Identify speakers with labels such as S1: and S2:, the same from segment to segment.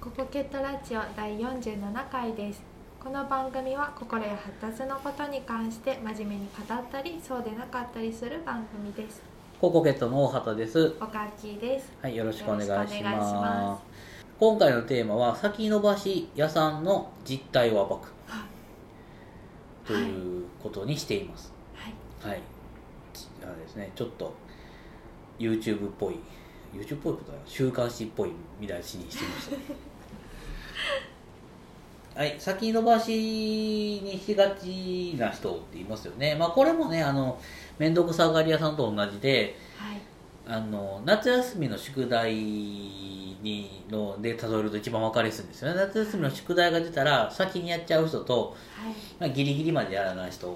S1: コポケットラジオ第47回ですこの番組は心や発達のことに関して真面目に語ったりそうでなかったりする番組です
S2: ココケットの大畑です。
S1: おかきです
S2: はい、よろしくお願いします。
S1: よろしくお願いしま
S2: 今回のテーマは先延ばし屋さんの実態を暴く
S1: は
S2: ということにしています。
S1: はい
S2: はい。あれですね、ちょっと YouTube っぽい、YouTube っぽいことは週刊誌っぽい見出しにしてみました。 はい、先延ばしにしがちな人っていますよね。まあこれもね、あの、めんどくさがり屋さんと同じで、
S1: はい
S2: あの夏休みの宿題にので例えると一番分かりやすいんですよね夏休みの宿題が出たら先にやっちゃう人と、
S1: はい
S2: まあ、ギリギリまでやらない人
S1: は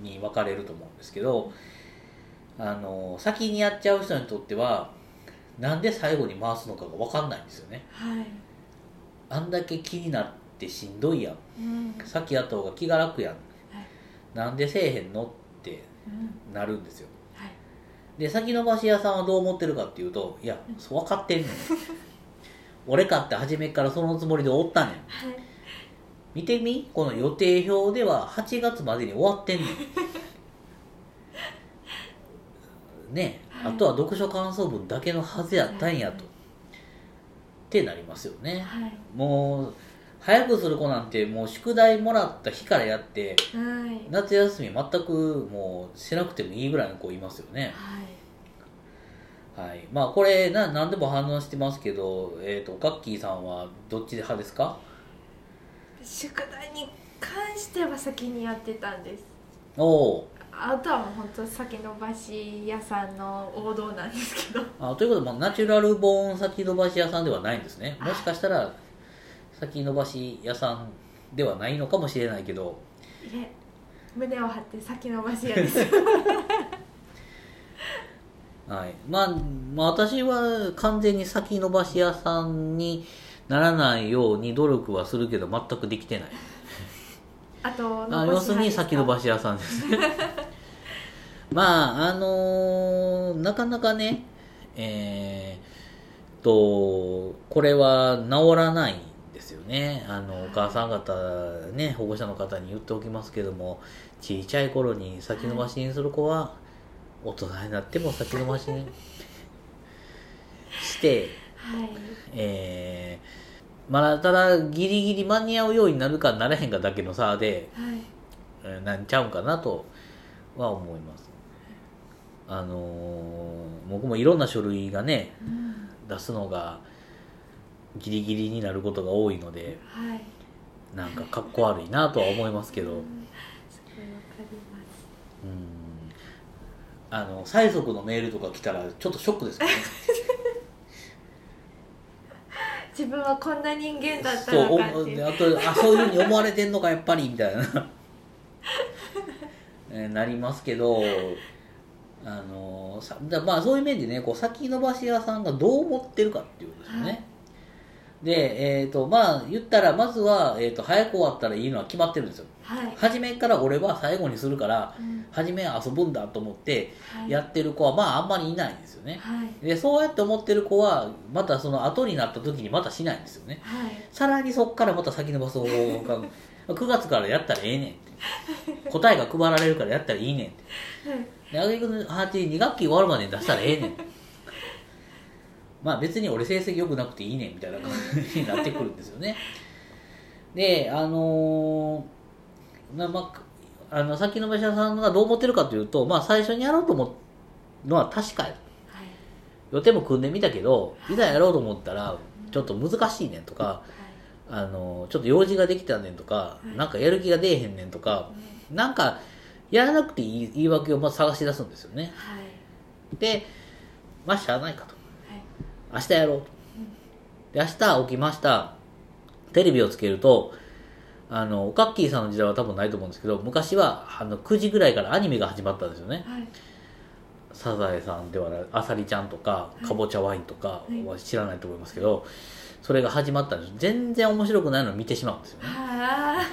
S1: い
S2: に分かれると思うんですけどあの先にやっちゃう人にとってはなんで最後に回すのかが分かんないんですよね
S1: はい
S2: あんだけ気になってしんどいやん
S1: うん
S2: 先やった方が気が楽やん
S1: はい
S2: なんでせえへんのって
S1: うん
S2: なるんですよ
S1: はい
S2: で先延ばし屋さんはどう思ってるかっていうといやそう分かってんねん俺かって初めからそのつもりでおったねん
S1: はい
S2: 見てみこの予定表では8月までに終わってんねんねあとは読書感想文だけのはずやったんやと、ってなりますよね
S1: はい
S2: もう早くする子なんてもう宿題もらった日からやって
S1: はいはい
S2: 夏休み全くもうしなくてもいいぐらいの子いますよね、はい、まあこれな何でも反応してますけど、えー、とガッキーさんはどっち派ですか
S1: 宿題に関しては先にやってたんです
S2: おお
S1: あとはもう本当先延ばし屋さんの王道なんですけど
S2: あということは、まあ、ナチュラルボーン先延ばし屋さんではないんですねもしかしたら先延ばし屋さんではないのかもしれないけど
S1: いえ胸を張って先延ばし屋です
S2: はい、まあ、まあ私は完全に先延ばし屋さんにならないように努力はするけど全くできてない
S1: あと
S2: あ要するに先延
S1: し
S2: ばし屋さんですねまああのーなかなかねえーっとこれは治らないんですよねあのお母さん方ね保護者の方に言っておきますけども小さい頃に先延ばしにする子は大人になっても先延ばしにして
S1: はい
S2: えーまあただギリギリ間に合うようになるかならへんかだけの差で
S1: はい
S2: えーなんちゃうんかなとは思います。あのー僕もいろんな書類がね
S1: うん
S2: 出すのがギリギリになることが多いので
S1: はい
S2: なんかかっこ悪いなとは思いますけど、う
S1: うん
S2: ん、
S1: すごいわかります
S2: あの催促のメールとか来たらちょっとショックですけどね
S1: 自分はこんな人間だった
S2: そう
S1: の
S2: お
S1: かっていう
S2: あとあそういうふうに思われてんのかやっぱりみたいな、 えーなりますけどあのーさだまあそういう面でねこう先延ばし屋さんがどう思ってるかっていうことですよね、
S1: はい
S2: でえっ、とまあ言ったらまずは、えー、と早く終わったらいいのは決まってるんですよ
S1: はい、
S2: 初めから俺は最後にするから
S1: うん
S2: 初めは遊ぶんだと思って
S1: はい、
S2: やってる子はまああんまりいないんですよね
S1: はい
S2: でそうやって思ってる子はまたその後になった時にまたしないんですよね
S1: はい
S2: さらにそこからまた先延ばそうが9月からやったらええねんって答えが配られるからやったらいいねんってであげくのハーティ2学期終わるまでに出したらええねんまあ別に俺成績良くなくていいねんみたいな感じになってくるんですよねであのーなまあ、あのさっきの林田さんがどう思ってるかというとまあ最初にやろうと思うのは確かや
S1: はい
S2: 予定も組んでみたけどいざやろうと思ったらちょっと難しいねんとかあのちょっと用事ができたねんとか、
S1: はい
S2: なんかやる気が出えへんねんとか、なんかやらなくていい言い訳をまず探し出すんですよね
S1: はい
S2: でまあしゃあないかと
S1: はい
S2: 明日やろうとで明日起きましたテレビをつけるとあのおかっきーさんの時代は多分ないと思うんですけど昔はあの9時ぐらいからアニメが始まったんですよね
S1: はい
S2: 「サザエさん」ではない「あさりちゃん」とか「かぼちゃワイン」とか
S1: い
S2: は知らないと思いますけど、それが始まったんです全然面白くないのを見てしまうんですよね
S1: はい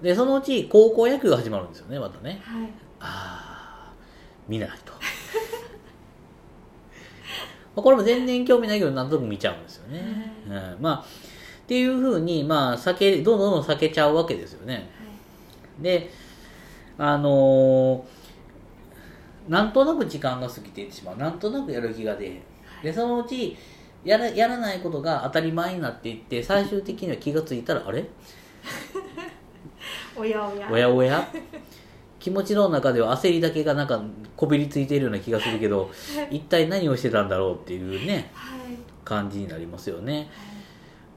S2: でそのうち高校野球が始まるんですよねまたね
S1: はい
S2: ああ見ないと まあこれも全然興味ないけど、なんとなく見ちゃうんですよね。
S1: う
S2: うん、まあ、っていうふうに、まあ、避け、どんどんどん避けちゃうわけですよね。で、あのーなんとなく時間が過ぎていってしまう。なんとなくやる気が出へん。で、そのうち、やらやらないことが当たり前になっていって、最終的には気がついたら、あれ
S1: おやおや
S2: おやおや気持ちの中では焦りだけがなんかこびりついているような気がするけど一体何をしてたんだろうっていうね
S1: はい
S2: 感じになりますよね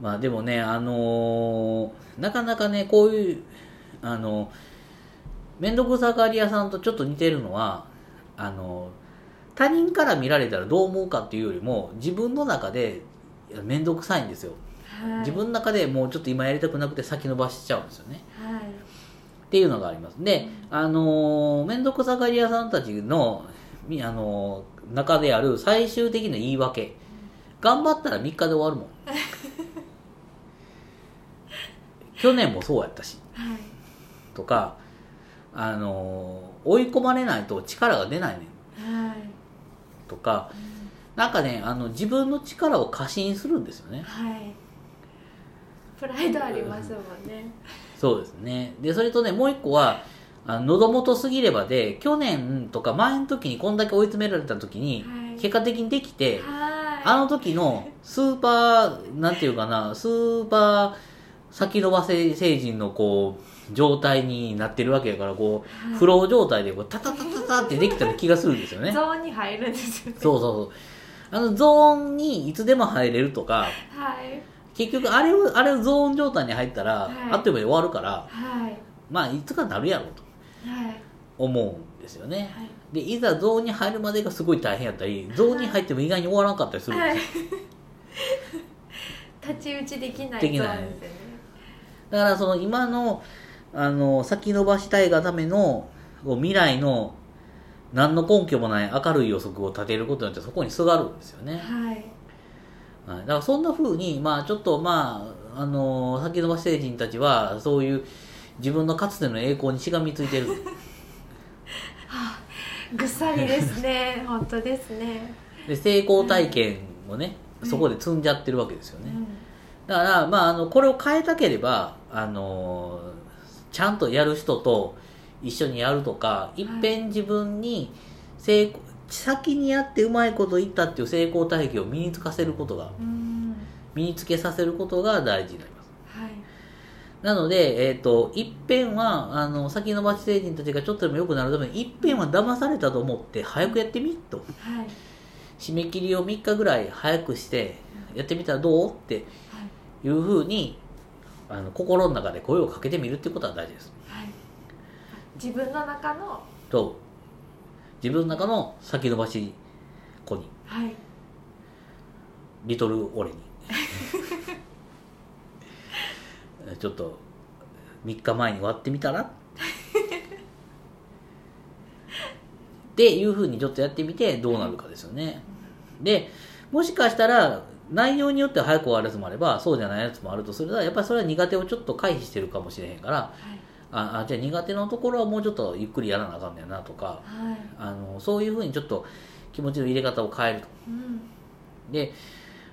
S1: は
S2: まあでもねあのーなかなかねこういうあの面倒くさがり屋さんとちょっと似てるのはあの他人から見られたらどう思うかっていうよりも自分の中でいや面倒くさいんですよ、
S1: いはい
S2: 自分の中でもうちょっと今やりたくなくて先延ばしちゃうんですよね
S1: はい
S2: っていうのがあります。で、あのー、面倒くさがり屋さんたちの、みあのー中である最終的な言い訳。頑張ったら3日で終わるもん。去年もそうやったし、
S1: はい
S2: とか、あのー追い込まれないと力が出ないねん、
S1: はい
S2: とか、なんかね、あの、自分の力を過信するんですよね。
S1: はいプライドありますもんね
S2: そうですね。で、それとね、もう一個は、あの喉元すぎればで、去年とか前の時にこんだけ追い詰められた時に、
S1: はい
S2: 結果的にできて、あ
S1: は
S2: の時のスーパー、なんていうかな、スーパー先延ばせ成人のこう、状態になってるわけやから、こ
S1: は
S2: う、
S1: い
S2: フロー状態でこう、タタタタタってできた気がするんですよ
S1: い
S2: ね。
S1: ゾ
S2: そう
S1: ーンに入るんですよね
S2: そうそう。あのゾーンにいつでも入れるとか、
S1: はい
S2: 結局あれを、あれをゾーン状態に入ったら、
S1: はい
S2: あっという間に終わるから、
S1: はい
S2: まあ、いつかなるやろうと。
S1: はい
S2: 思うんですよね
S1: はい
S2: でいざゾーンに入るまでがすごい大変やったりゾーンに入っても意外に終わらんかったりするんですよ、
S1: はい、 太刀打ちできない
S2: できない
S1: そうですよね
S2: だからその今のあの先延ばしたいがためのこう未来の何の根拠もない明るい予測を立てることによってそこにすがるんですよね、
S1: はい
S2: はい、だからそんな風にまあちょっとまああの先延ばし成人たちはそういう自分のかつての栄光にしがみついてる
S1: ぐっさりです ね本当ですね
S2: で成功体験をねそこで積んじゃってるわけですよね、だから、まあ、あのこれを変えたければ、あのーちゃんとやる人と一緒にやるとか、いっぺん自分に成功、先にやってうまいこと言ったっていう成功体験を身につかせることが、
S1: うん、うん、
S2: 身につけさせることが大事になります。
S1: はい
S2: なので、えっ、と、いっぺんは、あの、先延ばし成人たちがちょっとでも良くなるために、いっぺんは騙されたと思って、早くやってみっと。
S1: はいはい
S2: 締め切りを3日ぐらい早くして、やってみたらどうっていうふうにあの心の中で声をかけてみるっていうことは大事です
S1: はい自分の中の
S2: と自分の中の先延ばし子に
S1: はい
S2: リトル俺にちょっと3日前に割ってみたらっていうふうにちょっとやってみてどうなるかですよねでもしかしたら内容によっては早く終わるやつもあればそうじゃないやつもあるとすればやっぱりそれは苦手をちょっと回避してるかもしれへんから
S1: はい
S2: ああじゃあ苦手なところはもうちょっとゆっくりやらなあかんねやなとか
S1: はい
S2: あのそういうふうにちょっと気持ちの入れ方を変えると
S1: うん
S2: で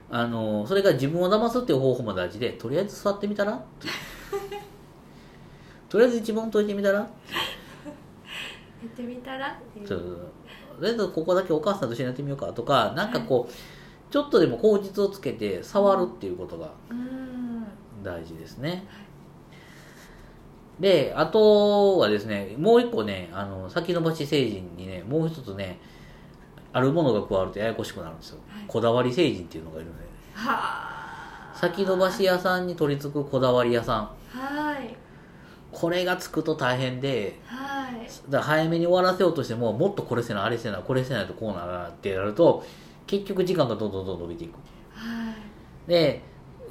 S2: あのそれから自分を騙すっていう方法も大事でとりあえず座ってみたらっていうとりあえず一問解いてみたら
S1: やってみたらっていう
S2: ちょっととりあえずここだけお母さんと一緒にやってみようかとかなんかこう、ちょっとでも口実をつけて触るっていうことが
S1: うん
S2: 大事ですね。で、あとはですね、もう一個ね、あの、先延ばし成人にね、もう一つね、あるものが加わるとややこしくなるんですよ。
S1: はい
S2: こだわり成人っていうのがいるので、
S1: はあ
S2: 先延ばし屋さんに取り付くこだわり屋さん。
S1: はい
S2: これがつくと大変で、
S1: はい
S2: だから早めに終わらせようとしても、もっとこれせな、あれせな、これせないとこうならなってやると、結局時間がどんどんどんどん伸びていく。
S1: はい
S2: で、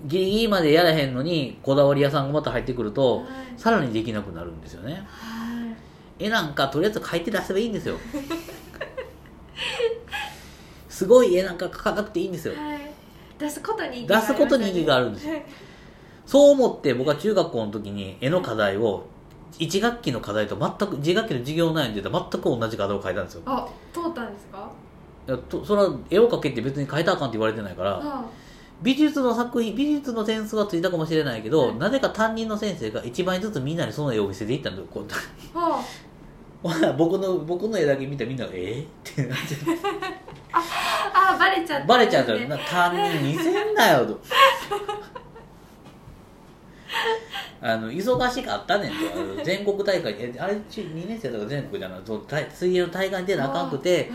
S2: ギリギリまでやらへんのに、こだわり屋さんがまた入ってくると、
S1: はい
S2: さらにできなくなるんですよね
S1: はい
S2: 絵なんかとりあえず描いて出せばいいんですよすごい絵なんか描かなくていいんですよ
S1: はい出すことに意義
S2: 出すことに意義があ
S1: る
S2: るんですよそう思って僕は中学校の時に絵の課題を1学期の課題と全く1学期の授業内容で全く同じ課題を書いたんですよ
S1: あ通ったんですか
S2: いやとそれは絵を描けって別に描いたらあかんって言われてないから、
S1: あ
S2: 美術の作品美術の点数はついたかもしれないけど、
S1: うん
S2: なぜか担任の先生が1枚ずつみんなにその絵を見せていったんだよこう
S1: あ
S2: ほら 僕の僕の絵だけ見たらみんな「えー、ってなっちゃって
S1: あバレちゃ った
S2: バレちゃうからな担任見せんなよ とあの忙しかったねんとあの全国大会えあれ2年生だから全国じゃないそう大水泳の大会に出なあかんくて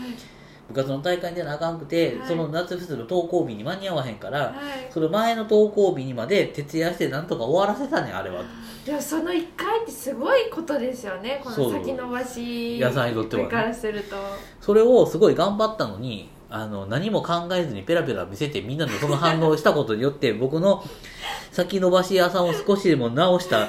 S2: 部活の大会に出なあかんくて、
S1: はい
S2: その夏フェスの登校日に間に合わへんから、
S1: はい、はい
S2: その前の登校日にまで徹夜してなんとか終わらせたねんあれは
S1: でもその1回ってすごいことですよねこ
S2: そ
S1: の
S2: う
S1: 先延ばし
S2: 野菜にとってはね
S1: からすると
S2: それをすごい頑張ったのにあの何も考えずにペラペラ見せてみんなのその反応をしたことによって 僕の先延ばし屋さんを少しでも直した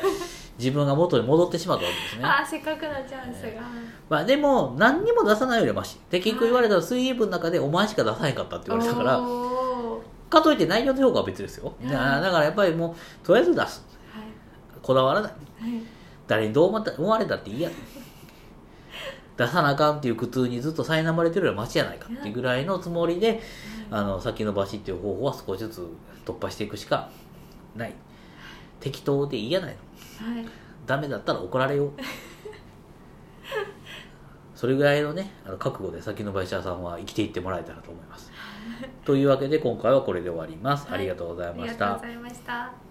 S2: 自分が元に戻ってしまったわけですね
S1: ああせっかくのチャンスが、
S2: まあでも何にも出さないよりはマシで結局言われたら水泳部の中でお前しか出さへんかったって言われたから
S1: おー
S2: かといって内容の評価は別ですよだからだからやっぱりもうとりあえず出す
S1: は
S2: こだわらない
S1: いはい
S2: 誰にどう思った思われたっていいや出さなあかんっていう苦痛にずっと苛まれてるよりはマシやないかっていうぐらいのつもりであの先延ばしっていう方法は少しずつ突破していくしかない適当でいいやないの
S1: はい
S2: ダメだったら怒られ ようそれぐらいのねあの覚悟で先延ばし屋さんは生きていってもらえたらと思いますというわけで今回はこれで終わります、
S1: はい
S2: ありがとうござい
S1: あ
S2: ま
S1: り
S2: し
S1: がとうご
S2: た
S1: ざいました